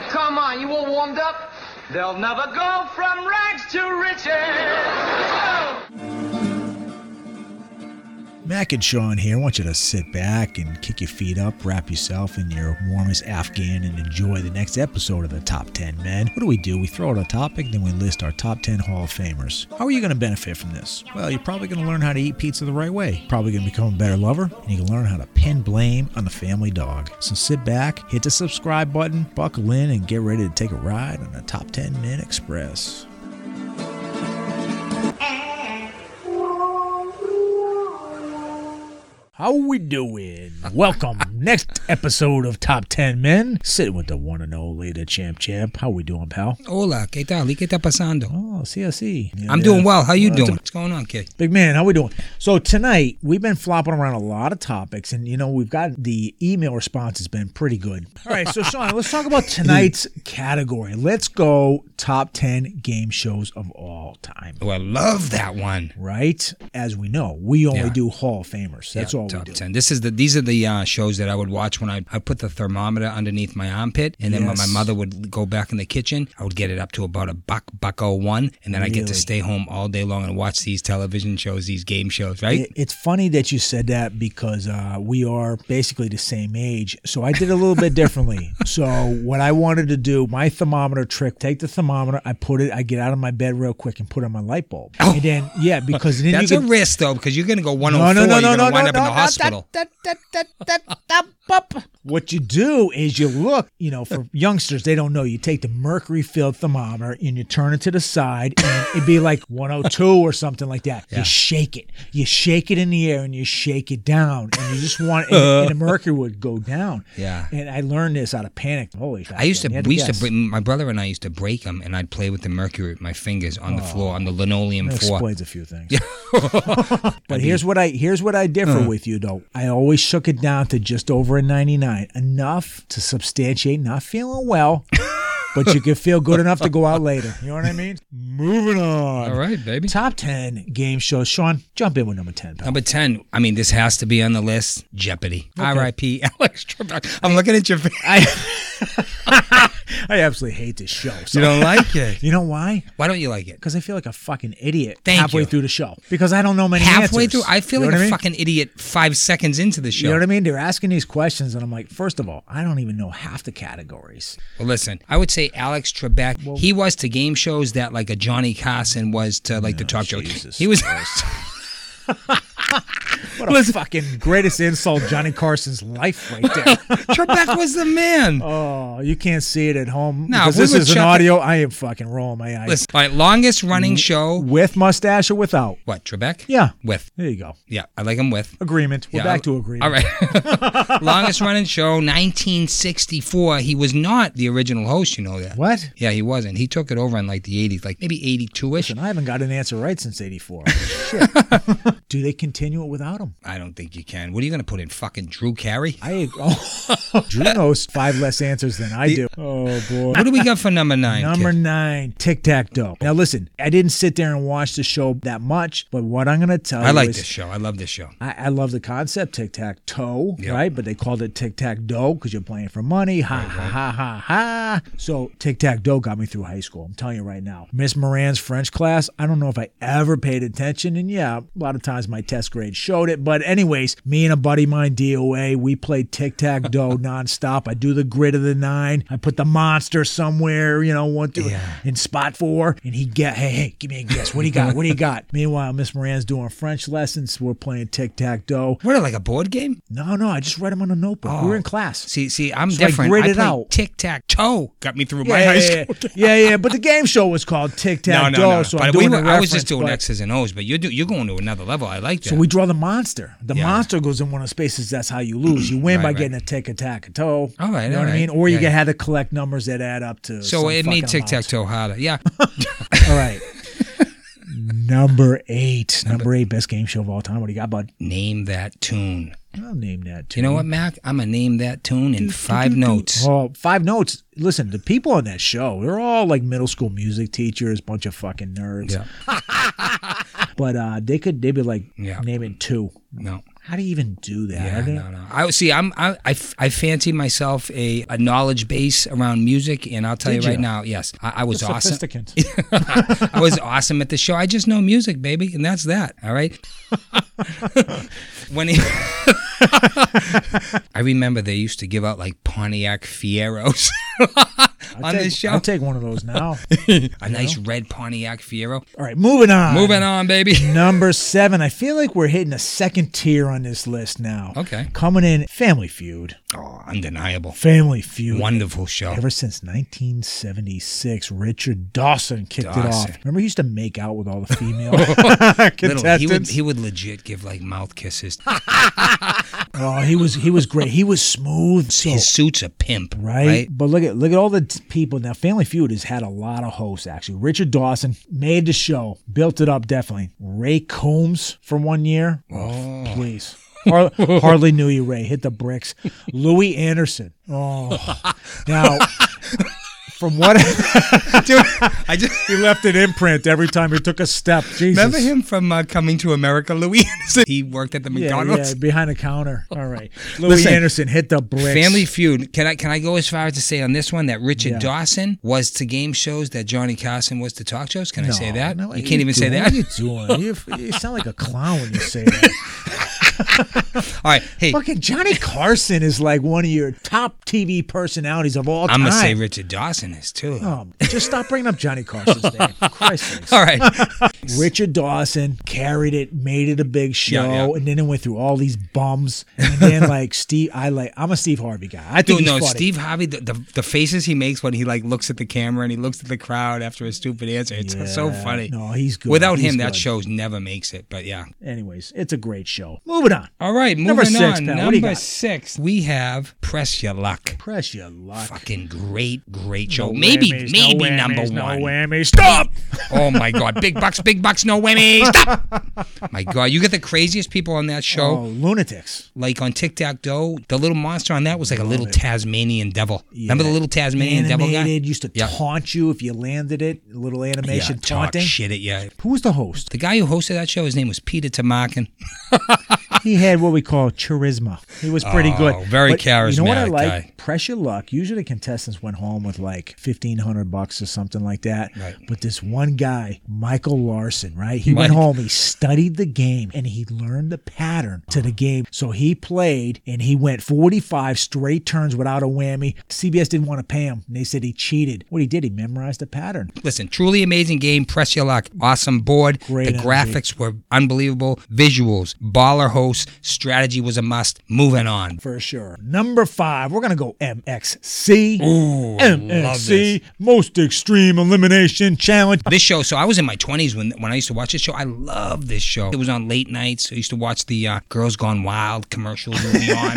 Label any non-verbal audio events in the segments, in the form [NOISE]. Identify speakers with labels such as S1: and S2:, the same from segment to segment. S1: Come on, you all warmed up? They'll never go from rags to riches. Oh.
S2: Mac and Sean here. I want you to sit back and kick your feet up, wrap yourself in your warmest Afghan, and enjoy the next episode of the Top 10 Men. What do we do? We throw out a topic, then we list our top 10 Hall of Famers. How are you going to benefit from this? Well, you're probably going to learn how to eat pizza the right way, probably going to become a better lover, and you can learn how to pin blame on the family dog. So sit back, hit the subscribe button, buckle in, and get ready to take a ride on the Top 10 Men Express. How we doing?
S3: [LAUGHS]
S2: Welcome. Next episode of Top 10 Men. Sitting with the one and only, the champ champ. How we doing, pal?
S3: Hola, ¿qué tal? ¿Y qué está pasando?
S2: Oh, see, I see. Yeah,
S3: I'm
S2: yeah.
S3: doing well. How you
S2: Well, it's
S3: doing? What's going on, kid?
S2: Big man, how we doing? So tonight, we've been flopping around a lot of topics, and, you know, we've got the email response has been pretty good. All right, so, Sean, let's talk
S3: [LAUGHS]
S2: about tonight's category. Let's go Top 10 Game Shows of All Time.
S3: Oh, I love that one.
S2: Right? As we know, we only
S3: Yeah.
S2: do Hall of Famers. That's
S3: Yeah,
S2: all we
S3: top
S2: do.
S3: ten. This is the these are the uh, shows that I would watch when I I put the thermometer underneath my armpit, and then when my
S2: Yes.
S3: mother would go back in the kitchen, I would get it up to about a buck buck oh one, and then I get
S2: Really?
S3: to stay home all day long and watch these television shows, these game shows, right?
S2: It, it's funny that you said that because uh, we are basically the same age. So I did a little bit differently. So what I wanted to do, my thermometer trick, take the thermometer, I put it, I get out of my bed real quick and put it on my light bulb. And then, yeah, because
S3: [LAUGHS]
S2: then
S3: That's
S2: you
S3: a
S2: can.
S3: risk though, because you're gonna go one oh
S2: no,
S3: four,
S2: no,
S3: you're
S2: no,
S3: gonna
S2: no, no,
S3: wind
S2: no,
S3: up in the
S2: no,
S3: hospital.
S2: da- da- da- da- da- da- bup. What you do is you look, you know, for [LAUGHS] youngsters, they don't know. You take the mercury filled thermometer and you turn it to the side, and it'd be like [LAUGHS] 102 or something like that. You shake it. You shake it in the air and you shake it down. And you just want, and, and the mercury would go down.
S3: Yeah.
S2: And I learned this out of panic. Holy
S3: I used to,
S2: goddamn, you had
S3: we used to,
S2: guess.
S3: br- my brother and I used to break them, and I'd play with the mercury with my fingers on the floor, on the linoleum
S2: That
S3: floor.
S2: explains a few things. [LAUGHS] but here's what I here's what I differ
S3: Uh-huh.
S2: with you though. I always shook it down to just over a 99, enough to substantiate not feeling
S3: [LAUGHS]
S2: well, but you can feel good enough to go out later. You know what
S3: [LAUGHS]
S2: I mean? Moving on.
S3: All right, baby.
S2: Top 10 game shows. Sean, jump in with number 10. Pal.
S3: Number 10, I mean, this has to be on the list Jeopardy. [LAUGHS] RIP Alex Trebek. I'm looking at your face.
S2: I absolutely hate this show.
S3: [LAUGHS]
S2: So.
S3: you don't like
S2: [LAUGHS]
S3: it.
S2: You know why?
S3: Why don't you like it?
S2: Because I feel like a fucking idiot
S3: Thank
S2: halfway
S3: you.
S2: through the show. Because I don't know many
S3: Halfway
S2: answers.
S3: through, I feel
S2: You
S3: like
S2: know what
S3: a
S2: mean?
S3: fucking idiot five seconds into the show.
S2: You know what I mean? They're asking these questions, and I'm like, first of all, I don't even know half the categories.
S3: Well, listen, I would say Alex Trebek. he was to game shows that like a Johnny Carson was to like the talk show.
S2: Jesus
S3: He was.
S2: What a fucking greatest insult, Johnny Carson's life
S3: [LAUGHS]
S2: right there.
S3: [LAUGHS] Trebek was the man.
S2: oh, you can't see it at home
S3: No,
S2: because
S3: we
S2: this
S3: would
S2: is an
S3: check it-
S2: audio. I am fucking rolling my eyes.
S3: Listen, all right, longest running show.
S2: With mustache or without?
S3: What, Trebek?
S2: Mm. Yeah.
S3: With.
S2: There you go.
S3: Yeah, I like him with.
S2: Agreement. We're
S3: Yeah,
S2: back
S3: I'll-
S2: to agreement.
S3: All right. [LAUGHS] Longest running show, 1964. He was not the original host, you know that.
S2: What?
S3: Yeah, he wasn't. He took it over in like the 80s, like maybe 82 ish.
S2: And I haven't got an answer right since '84.
S3: [LAUGHS]
S2: Do they continue it without him?
S3: I don't think you can. What are you going to put in? Fucking Drew Carey?
S2: I oh, Drew knows five less answers than I do. Oh boy.
S3: What do we got for number nine?
S2: Number
S3: kid?
S2: nine, tic tac toe. Now listen, I didn't sit there and watch the show that much, but what I'm gonna tell
S3: I
S2: you
S3: like
S2: is
S3: this show. I love this show.
S2: I, I love the concept tic tac toe,
S3: Yeah.
S2: right? But they called it tic tac dough because you're playing for money. Ha ha ha ha ha. So tic tac dough got me through high school. I'm telling you right now. Miss Moran's French class. I don't know if I ever paid attention, and yeah, a lot of times my test grade showed it. But anyways, me and a buddy of mine, DOA, we played tic tac dough nonstop. I do the grid of the nine. I put the monster somewhere, you know, one two in spot four, and he get hey hey, give me a guess. What do you got? What do you got? Meanwhile, Miss Moran's doing French lessons. We're playing tic tac toe.
S3: What, like a board game?
S2: No, no, I just read them on a notebook. we were in class.
S3: Oh. See, see, I'm
S2: So I
S3: different.
S2: grid it
S3: play
S2: out.
S3: Tic tac toe got me through
S2: Yeah,
S3: my
S2: yeah,
S3: high
S2: yeah,
S3: school.
S2: yeah, yeah, But the game show was called Tic
S3: No,
S2: Tac
S3: no,
S2: Toe.
S3: no.
S2: So I'm
S3: but
S2: doing
S3: we were,
S2: a
S3: I was just
S2: reference,
S3: doing
S2: but-
S3: X's and O's, but you're, do, you're going to another level. I like that.
S2: So we draw the monster. The
S3: Yeah.
S2: monster goes in one of the spaces. That's how you lose. You win
S3: Right,
S2: by
S3: right.
S2: getting a tic tac toe.
S3: All right,
S2: you know
S3: all
S2: what I
S3: right.
S2: mean. Or you
S3: Yeah,
S2: get
S3: yeah.
S2: had to collect numbers that add up to.
S3: so
S2: some
S3: it made
S2: fucking
S3: tic
S2: amount.
S3: tac toe harder. Yeah.
S2: All
S3: [LAUGHS]
S2: right. Number eight. Number eight. Best game show of all time. What do you got, bud?
S3: Name that tune.
S2: I'll name that. Too.
S3: You know what, Mac? I'm gonna name that tune in five notes.
S2: Oh, five notes. Listen, the people on that show, they're all like middle school music teachers, bunch of fucking nerds.
S3: Yeah.
S2: [LAUGHS] But uh, they could, they'd be like
S3: Yeah.
S2: naming two.
S3: No.
S2: How do you even do that?
S3: Yeah,
S2: Are they-
S3: no, no. I see. I'm. I, I, f- I fancy myself a, a knowledge base around music, and I'll tell
S2: Did
S3: you right
S2: you?
S3: now. Yes, I, I was awesome.
S2: Sophisticant.
S3: I was awesome at the show. I just know music, baby, and that's that. All [LAUGHS] right. when he, [LAUGHS] I remember they used to give out like Pontiac [LAUGHS] Fieros [LAUGHS] on
S2: Take-
S3: this show.
S2: I'll take one of those now.
S3: a nice red Pontiac Fiero.
S2: All right, moving on.
S3: Moving on, baby. [LAUGHS]
S2: Number seven. I feel like we're hitting a second tier on this list now.
S3: Okay.
S2: Coming in, Family Feud.
S3: Oh, undeniable.
S2: Family Feud.
S3: Wonderful show.
S2: Ever since 1976, Richard Dawson kicked
S3: Dawson.
S2: it off. Remember, he used to make out with all
S3: [LAUGHS]
S2: the female contestants.
S3: Little, he would he would legit give like mouth kisses.
S2: oh, he was he was great. He was smooth. So,
S3: His suit's a pimp,
S2: right?
S3: right?
S2: But look at look at all the t- people now. Family Feud has had a lot of hosts actually. Richard Dawson made the show, built it up definitely. Ray Combs for one year. Oh, please.
S3: [LAUGHS]
S2: Har- hardly knew you, Ray. Hit the bricks. Louis Anderson. Oh,
S3: [LAUGHS]
S2: now from what [LAUGHS]
S3: Dude, I just
S2: he left an imprint every time he took a step.
S3: [LAUGHS]
S2: Jesus.
S3: remember him from uh, Coming to America, Louis [LAUGHS] Anderson. He worked at the
S2: Yeah,
S3: McDonald's.
S2: yeah,
S3: [LAUGHS]
S2: behind the counter. All right, Louis
S3: Listen,
S2: Anderson hit the bricks.
S3: Family Feud. Can I can I go as far as to say on this one that Richard
S2: Yeah.
S3: Dawson was to game shows that Johnny Carson was to talk shows? Can I say that?
S2: No, what
S3: you
S2: are
S3: can't even say
S2: doing?
S3: that.
S2: What are you doing? You, you sound like a clown when you
S3: [LAUGHS]
S2: say that.
S3: All right, hey,
S2: Fucking Johnny Carson is like one of your top TV personalities of all
S3: I'm
S2: time.
S3: gonna say Richard Dawson is too.
S2: Um, just stop bringing up Johnny Carson's
S3: [LAUGHS]
S2: name. For Christ's sakes.
S3: All
S2: [LAUGHS]
S3: right,
S2: Richard Dawson carried it, made it a big show,
S3: yeah.
S2: and then it went through all these bums. And
S3: [LAUGHS]
S2: then like Steve, I like I'm a Steve Harvey guy. I
S3: dude,
S2: think he's
S3: no,
S2: funny.
S3: Steve Harvey. The, the the faces he makes when he like looks at the camera and he looks at the crowd after a stupid answer. It's so
S2: Yeah,
S3: funny.
S2: No, he's good.
S3: Without
S2: He's
S3: him, that
S2: good.
S3: show never makes it. But yeah.
S2: Anyways, it's a great show. Moving on.
S3: All right, moving
S2: Number six,
S3: on.
S2: pal. What do you
S3: Number
S2: got?
S3: six, we have Press Your Luck.
S2: Press your luck.
S3: Fucking great, great show.
S2: No
S3: maybe,
S2: whammies, no
S3: maybe
S2: whammies,
S3: number
S2: no
S3: one.
S2: whammies. Stop.
S3: oh my God, big bucks, big bucks, no
S2: [LAUGHS]
S3: whammies. Stop. my God, you get the craziest people on that
S2: Oh,
S3: show.
S2: lunatics.
S3: Like on Tic Tac Toe, the little monster on that was like a little Tasmanian devil. Remember the little Tasmanian devil guy?
S2: Animated used to
S3: Yeah.
S2: taunt you if you landed it. A little
S3: Yeah,
S2: animation
S3: talk
S2: taunting.
S3: shit at you.
S2: Who was the host?
S3: The guy who hosted that show, his name was Peter Tamarkin. [LAUGHS]
S2: He had what we call charisma. He was pretty
S3: Oh,
S2: good.
S3: very
S2: You know what I
S3: charismatic
S2: like?
S3: guy.
S2: Pressure luck. Usually contestants went home with like fifteen hundred bucks or something like that.
S3: Right.
S2: But this one guy, Michael Larson, right? He went
S3: Mike.
S2: home. He studied the game and he learned the pattern to the game. So he played and he went forty-five straight turns without a whammy. CBS didn't want to pay him. And they said he cheated. What he did, he memorized the pattern.
S3: Listen, truly amazing game. Press your luck. Awesome board.
S2: Great
S3: the
S2: energy.
S3: graphics were unbelievable. Visuals, baller host, strategy was a must. Moving on.
S2: for sure. Number five, we're gonna go MXC.
S3: Ooh, I love this.
S2: MXC, most extreme elimination challenge.
S3: This show, so I was in my 20s when when I used to watch this show. I love this show. It was on late nights. I used to watch the uh, Girls Gone Wild commercials would be on.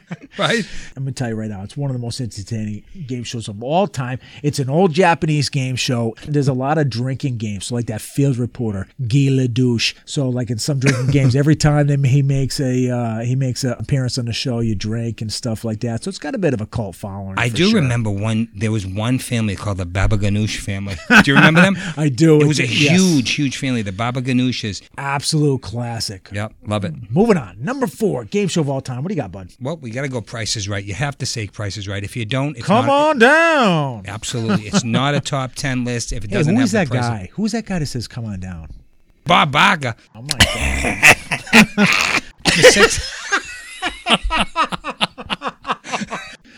S3: Like, [LAUGHS] right?
S2: I'm gonna tell you right now, it's one of the most entertaining game shows of all time. It's an old Japanese game show. There's a lot of drinking games, so like that field reporter, Guy LaDouche. So like in
S3: [LAUGHS]
S2: some drinking games, every time that he makes a uh, he makes an appearance on the show, you drink and stuff like that. So it's got a bit of a cult following.
S3: I
S2: for
S3: do
S2: sure.
S3: remember one. There was one family called the Baba Ganoush family. Do you remember them?
S2: [LAUGHS] I do.
S3: It was a
S2: Yes.
S3: huge, huge family. The Baba Ganoushes.
S2: absolute classic.
S3: Yep, love it.
S2: Moving on, number four, game show of all time. What do you got, bud?
S3: Well, we got to go prices right. You have to say prices right. If you don't, it's
S2: Come
S3: not,
S2: on down.
S3: Absolutely, it's not a
S2: [LAUGHS]
S3: top ten list if it
S2: Hey,
S3: doesn't
S2: who
S3: have
S2: is that
S3: the prices.
S2: guy? Who's that guy that says "Come on down"?
S3: Bob
S2: [LAUGHS]
S3: Barker. [LAUGHS]
S2: Oh my god!
S3: The sixth-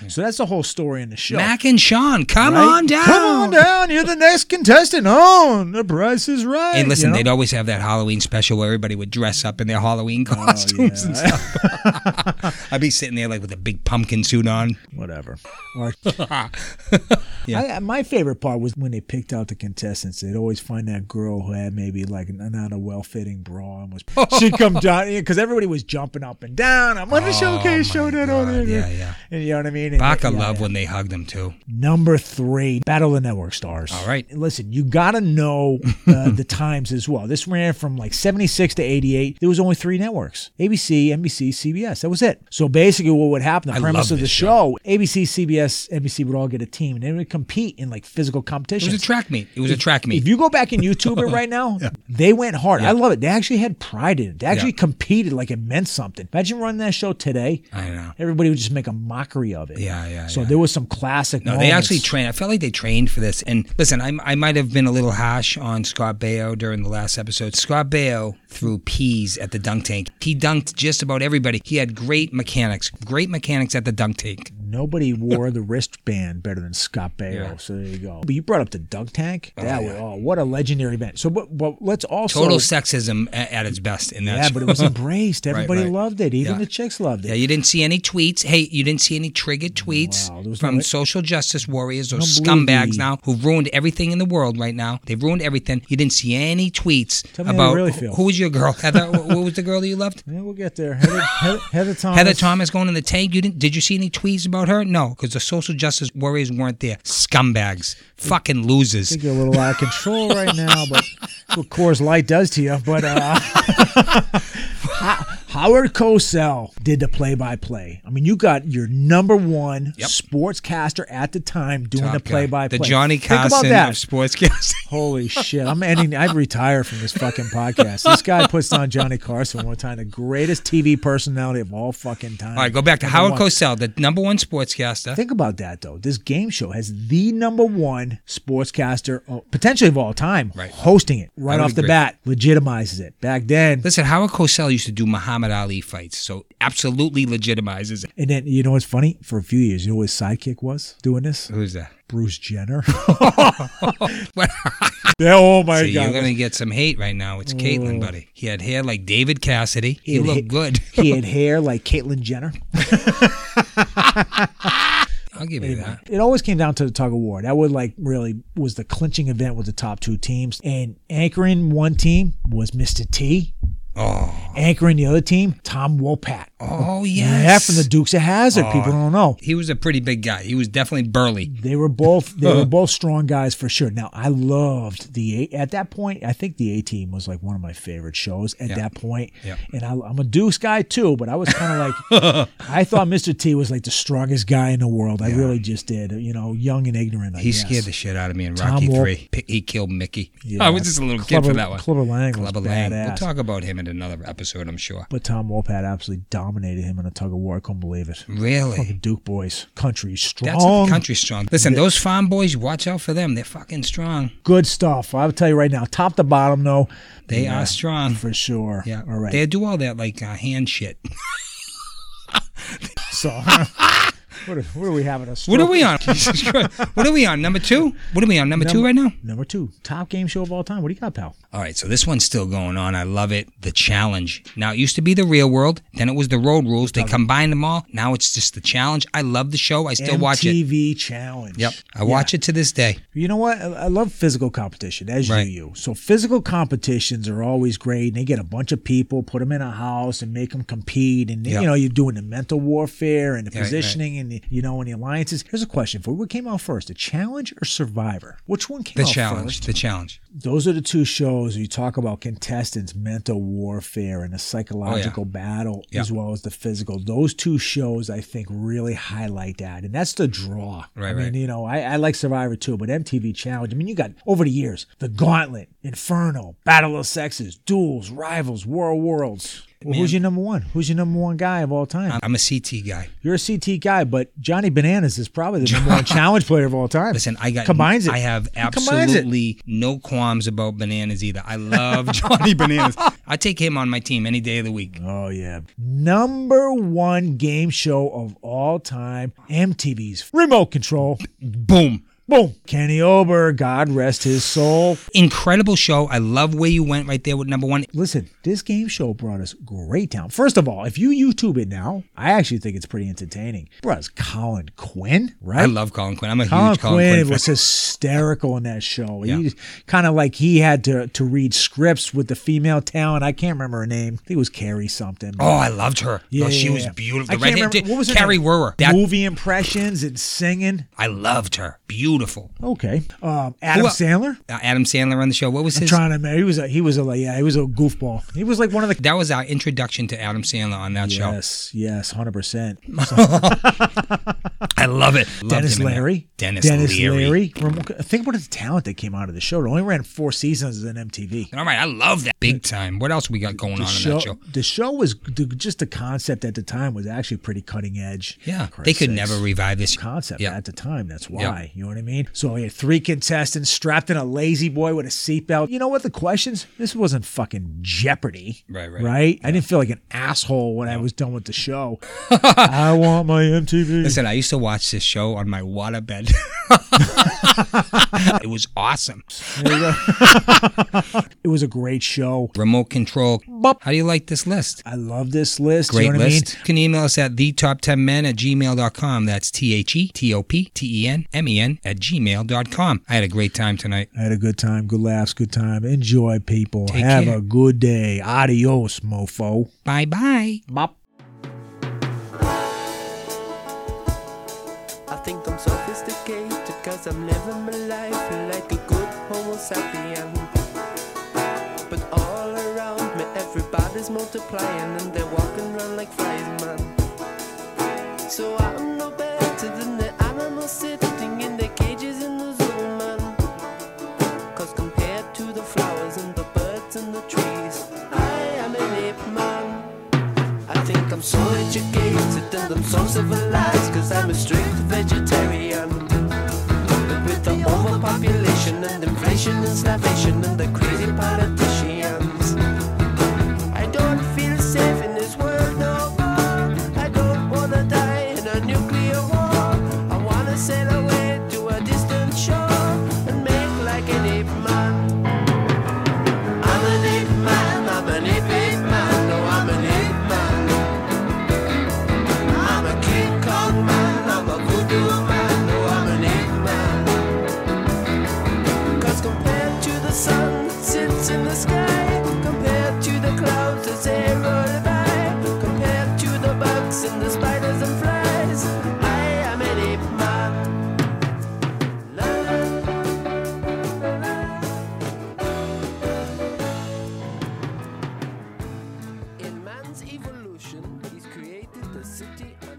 S2: so that's the whole story in the show.
S3: Mac and Sean, come
S2: right?
S3: on down.
S2: Come on down. You're the next contestant on The Price Is Right.
S3: And listen,
S2: you know?
S3: they'd always have that Halloween special where everybody would dress up in their Halloween
S2: Oh,
S3: costumes and stuff. [LAUGHS] I'd be sitting there like with a big pumpkin suit on. [LAUGHS]
S2: whatever. Or- I, my favorite part was when they picked out the contestants. They'd always find that girl who had maybe like n- not a well-fitting
S3: [LAUGHS]
S2: bra and was she'd come down because everybody was jumping up and down. I'm on the showcase show that on
S3: Oh, God,
S2: it.
S3: yeah, yeah.
S2: And you know what I mean? And
S3: Chewbacca loved when they hugged him too.
S2: Number three, Battle of the Network Stars.
S3: All right.
S2: Listen, you got to know
S3: [LAUGHS]
S2: uh, the times as well. This ran from like 76 to 88. There was only three networks ABC, NBC, CBS. That was it. So basically, what would happen, the
S3: I
S2: premise
S3: love
S2: of the
S3: this
S2: show, ABC, CBS, NBC would all get a team and they would compete in like physical
S3: It
S2: competitions.
S3: was a track meet. It was a track meet.
S2: If you go back and
S3: [LAUGHS]
S2: YouTube it right now, they went hard. I love it. They actually had pride in it. They actually
S3: Yeah.
S2: competed like it meant something. Imagine running that show today.
S3: I know.
S2: Everybody would just make a mockery of it.
S3: Yeah, yeah,
S2: So
S3: yeah.
S2: there was some classic.
S3: No, they actually trained. I felt like they trained for this. And listen, I, I might have been a little harsh on Scott Baio during the last episode. Scott Baio threw peas at the dunk tank. He dunked just about everybody. He had great mechanics, great mechanics at the dunk tank. [LAUGHS]
S2: Nobody wore the wristband better than Scott Baio.
S3: Yeah.
S2: So there you go. But you brought up the dunk tank. that was,
S3: yeah.
S2: oh, what a legendary event. So, but, but let's also
S3: Total sexism at, at its best in that.
S2: yeah,
S3: show.
S2: but it
S3: [LAUGHS]
S2: was embraced. Everybody
S3: right.
S2: loved it. Even
S3: Yeah.
S2: the chicks loved it.
S3: Yeah, you didn't see any tweets. Hey, you didn't see any triggered tweets
S2: Wow, there was
S3: from
S2: no-
S3: social justice warriors or
S2: No
S3: scumbags
S2: bluey.
S3: now who've ruined everything in the world right now. They've ruined everything. You didn't see any tweets
S2: Tell me how you
S3: about
S2: really
S3: who-
S2: feel.
S3: who was your girl? Heather, Wh- what was the girl that you loved?
S2: Yeah, we'll get there. Heather, [LAUGHS] Heather, Heather Thomas.
S3: Heather Thomas going in the tank. You didn't? Did you see any tweets about her? No, because the social justice warriors weren't there. Scumbags, fucking
S2: I
S3: losers.
S2: think you're a little out of control right now,
S3: [LAUGHS]
S2: but that's what Coors Light does to you. But uh, [LAUGHS] Ho- Howard Cosell did the play-by-play. I mean, you got your number one
S3: Yep.
S2: sportscaster at the time doing
S3: Top
S2: the
S3: guy.
S2: play-by-play.
S3: the Johnny
S2: Think about
S3: Carson
S2: that.
S3: of sportscasting. [LAUGHS]
S2: Holy shit! I'm ending. I've retired from this fucking podcast. This guy puts on Johnny Carson one more time, the greatest TV personality of all fucking time.
S3: All right, go back to
S2: Number
S3: Howard
S2: one.
S3: Cosell, the number one sportscaster.
S2: Think about that though. This game show has the number one sportscaster, oh, potentially of all time,
S3: Right.
S2: hosting it
S3: I
S2: right
S3: would
S2: off the
S3: agree.
S2: bat, legitimizes it. Back then,
S3: Listen, Howard Cosell used to do Muhammad Ali fights, so absolutely legitimizes it.
S2: and then you know what's funny? For a few years, you know what his sidekick was doing this?
S3: Who's that?
S2: Bruce
S3: [LAUGHS]
S2: Jenner. [LAUGHS]
S3: What?
S2: oh my
S3: You're
S2: god!
S3: going to get some hate right now. It's Caitlyn, buddy. He had hair like David Cassidy. He
S2: had
S3: looked
S2: hair-
S3: good. [LAUGHS]
S2: he had hair like Caitlyn Jenner.
S3: I'll give you that.
S2: It always came down to the tug of war. That would like really was the clinching event with the top two teams. And anchoring one team was Mr. T.
S3: Oh,
S2: Anchoring the other team, Tom Wopat.
S3: oh
S2: Yeah, from the
S3: yes.
S2: Dukes of Hazard. People don't know.
S3: He was a pretty big guy. He was definitely burly.
S2: They were both
S3: [LAUGHS]
S2: they were both strong guys for sure. Now I loved the A- at that point. I think the A Team was like one of my favorite shows at that point.
S3: Yeah.
S2: And I, I'm a Deuce guy too, but I was kind
S3: [LAUGHS]
S2: of like I thought Mr. T was like the strongest guy in the world. I really just did. You know, young and ignorant. I
S3: He
S2: guess.
S3: scared the shit out of me in Rocky
S2: Wolf-
S3: Three. P- He killed Mickey. I was Oh, just a little kid for
S2: Clubber-
S3: that one.
S2: Clubber Lang was
S3: Clubber Lang. We'll
S2: badass.
S3: talk about him in another episode, I'm sure.
S2: But Tom Wopat absolutely dominated him in a tug of war. I couldn't believe it.
S3: Really?
S2: Fucking Duke boys, country strong.
S3: That's a country strong. Listen, those farm boys, watch out for them. They're fucking strong.
S2: Good stuff. I'll tell you right now, top to bottom though,
S3: They are strong.
S2: for sure.
S3: Yeah.
S2: All right.
S3: They do all that like uh, hand shit. [LAUGHS]
S2: So, [LAUGHS] what, are, what are we having? A
S3: What are
S2: stroke? [LAUGHS]
S3: we on? Jesus Christ. What are we on? Number two? What are we on? Number, two
S2: Number-
S3: right now?
S2: Number two, top game show of all time. What do you got, pal?
S3: All right, so this one's still going on. I love it. The challenge. Now it used to be the real world, then it was the road rules. They combined them all. Now it's just the challenge. I love the show. I still
S2: MTV
S3: watch it.
S2: Challenge.
S3: Yep. I watch it to this day.
S2: You know what? I, I love physical competition, as
S3: Right.
S2: do you. So physical competitions are always great. And they get a bunch of people, put them in a house, and make them compete. And
S3: Yeah.
S2: you know, you're doing the mental warfare and the
S3: right.
S2: positioning, and the, you know, and the alliances. Here's a question for you: What came out first, the challenge or Survivor? Which one came
S3: The
S2: out
S3: challenge.
S2: first?
S3: The challenge.
S2: those are the two shows you talk about contestants' mental warfare and the psychological battle
S3: Oh, Yeah.
S2: as well as the physical. Those two shows, I think, really highlight that, and that's the draw.
S3: Right,
S2: I mean,
S3: right.
S2: you know, I, I like Survivor too, but MTV Challenge. I mean, you got over the years the Gauntlet, Inferno, Battle of Sexes, Duels, Rivals, War of Worlds. Well, who's your number one? Who's your number one guy of all time?
S3: I'm, I'm a CT guy.
S2: You're a CT guy, but Johnny Bananas is probably the
S3: [LAUGHS]
S2: number one challenge player of all time.
S3: Listen, I got
S2: combines it.
S3: I have
S2: He combines it.
S3: absolutely no qualms about bananas either. I love
S2: [LAUGHS]
S3: Johnny Bananas. I take him on my team any day of the week.
S2: Oh yeah. Number one game show of all time, MTV's remote control.
S3: Boom.
S2: Boom. Kenny Ober, God rest his soul.
S3: Incredible show. I love where you went right there with number one.
S2: Listen, this game show brought us great talent. First of all, if you YouTube it now, I actually think it's pretty entertaining. Brought us Colin Quinn, right?
S3: I love Colin Quinn. I'm a
S2: Colin
S3: huge Colin
S2: Quinn,
S3: Quinn, fan.
S2: was hysterical in that show.
S3: Yeah.
S2: He kind of like he had to to read scripts with the female talent. I can't remember her name. I think it was Carrie something.
S3: Oh, I loved her.
S2: Yeah,
S3: oh, she
S2: yeah,
S3: was
S2: yeah.
S3: beautiful.
S2: I
S3: The
S2: can't
S3: redhead-
S2: remember- what was her
S3: Carrie
S2: name?
S3: Werwer. That,
S2: movie impressions and singing.
S3: I loved her. Beautiful.
S2: Okay, um, Adam
S3: Who el-
S2: Sandler.
S3: Uh, Adam Sandler on the show. What was his?
S2: Trying to marry. He was a he was a like, yeah he was a goofball. He was like one of the
S3: that was our introduction to Adam Sandler on that show.
S2: yes yes hundred percent.
S3: I love it. Loved
S2: Dennis
S3: him in that.
S2: Leary.
S3: Dennis, Leary.
S2: Remo- Think about the talent that came out of the show. It only ran four seasons in MTV.
S3: All right, I love that. Big time. What else we got going on in
S2: Show,
S3: that show?
S2: the show was the, just the concept at the time was actually pretty cutting edge.
S3: Yeah,
S2: For
S3: they could
S2: sakes.
S3: never revive this.
S2: concept
S3: Yeah.
S2: at the time. That's why. You know what I mean? So you had three contestants strapped in a lazy boy with a seatbelt. You know what? The questions, this wasn't fucking Jeopardy.
S3: Right, right.
S2: Right? I didn't feel like an asshole when I was done with
S3: [LAUGHS]
S2: the show. I want my MTV.
S3: Listen, I used to watch this show on my
S2: [LAUGHS]
S3: waterbed. it was awesome.
S2: It was a great show.
S3: Remote control. How do you like this list?
S2: I love this list.
S3: Great
S2: you know what
S3: list.
S2: I mean?
S3: You can email us at the top 10 men at gmail.com. That's T H E T O P T E N M E N at gmail.com. I had a great time tonight.
S2: I had a good time, good laughs, good time. Enjoy, people.
S3: Take
S2: Have
S3: care.
S2: a good day. Adios, mofo.
S3: Bye bye.
S4: I think I'm sophisticated cause I'm living my life like a good homo sapien. But all around me everybody's multiplying and they're walking around like flies, man. So I'm no better than the animals sitting in their cages in the zoo, man. Cause compared to the flowers and the birds and the trees, I am an ape man. I think I'm so educated and I'm so civilized Cause I'm a strict vegetarian But with the overpopulation and inflation and starvation And the crazy politicians I don't feel safe in this world no more I don't wanna die in a nuclear war I wanna sail away to a distant shore And make like an ape man I'm an ape man, I'm an ape, ape man, no, I'm an ape man. I'm a King Kong man, I'm a voodoo man, no, I'm an ape man. Cause compared to the sun that sits in the sky, compared to the clouds that sail by, compared to the bugs and the spiders and flies, I am an ape man. La, la, la, la. In man's evolution, he's created the city of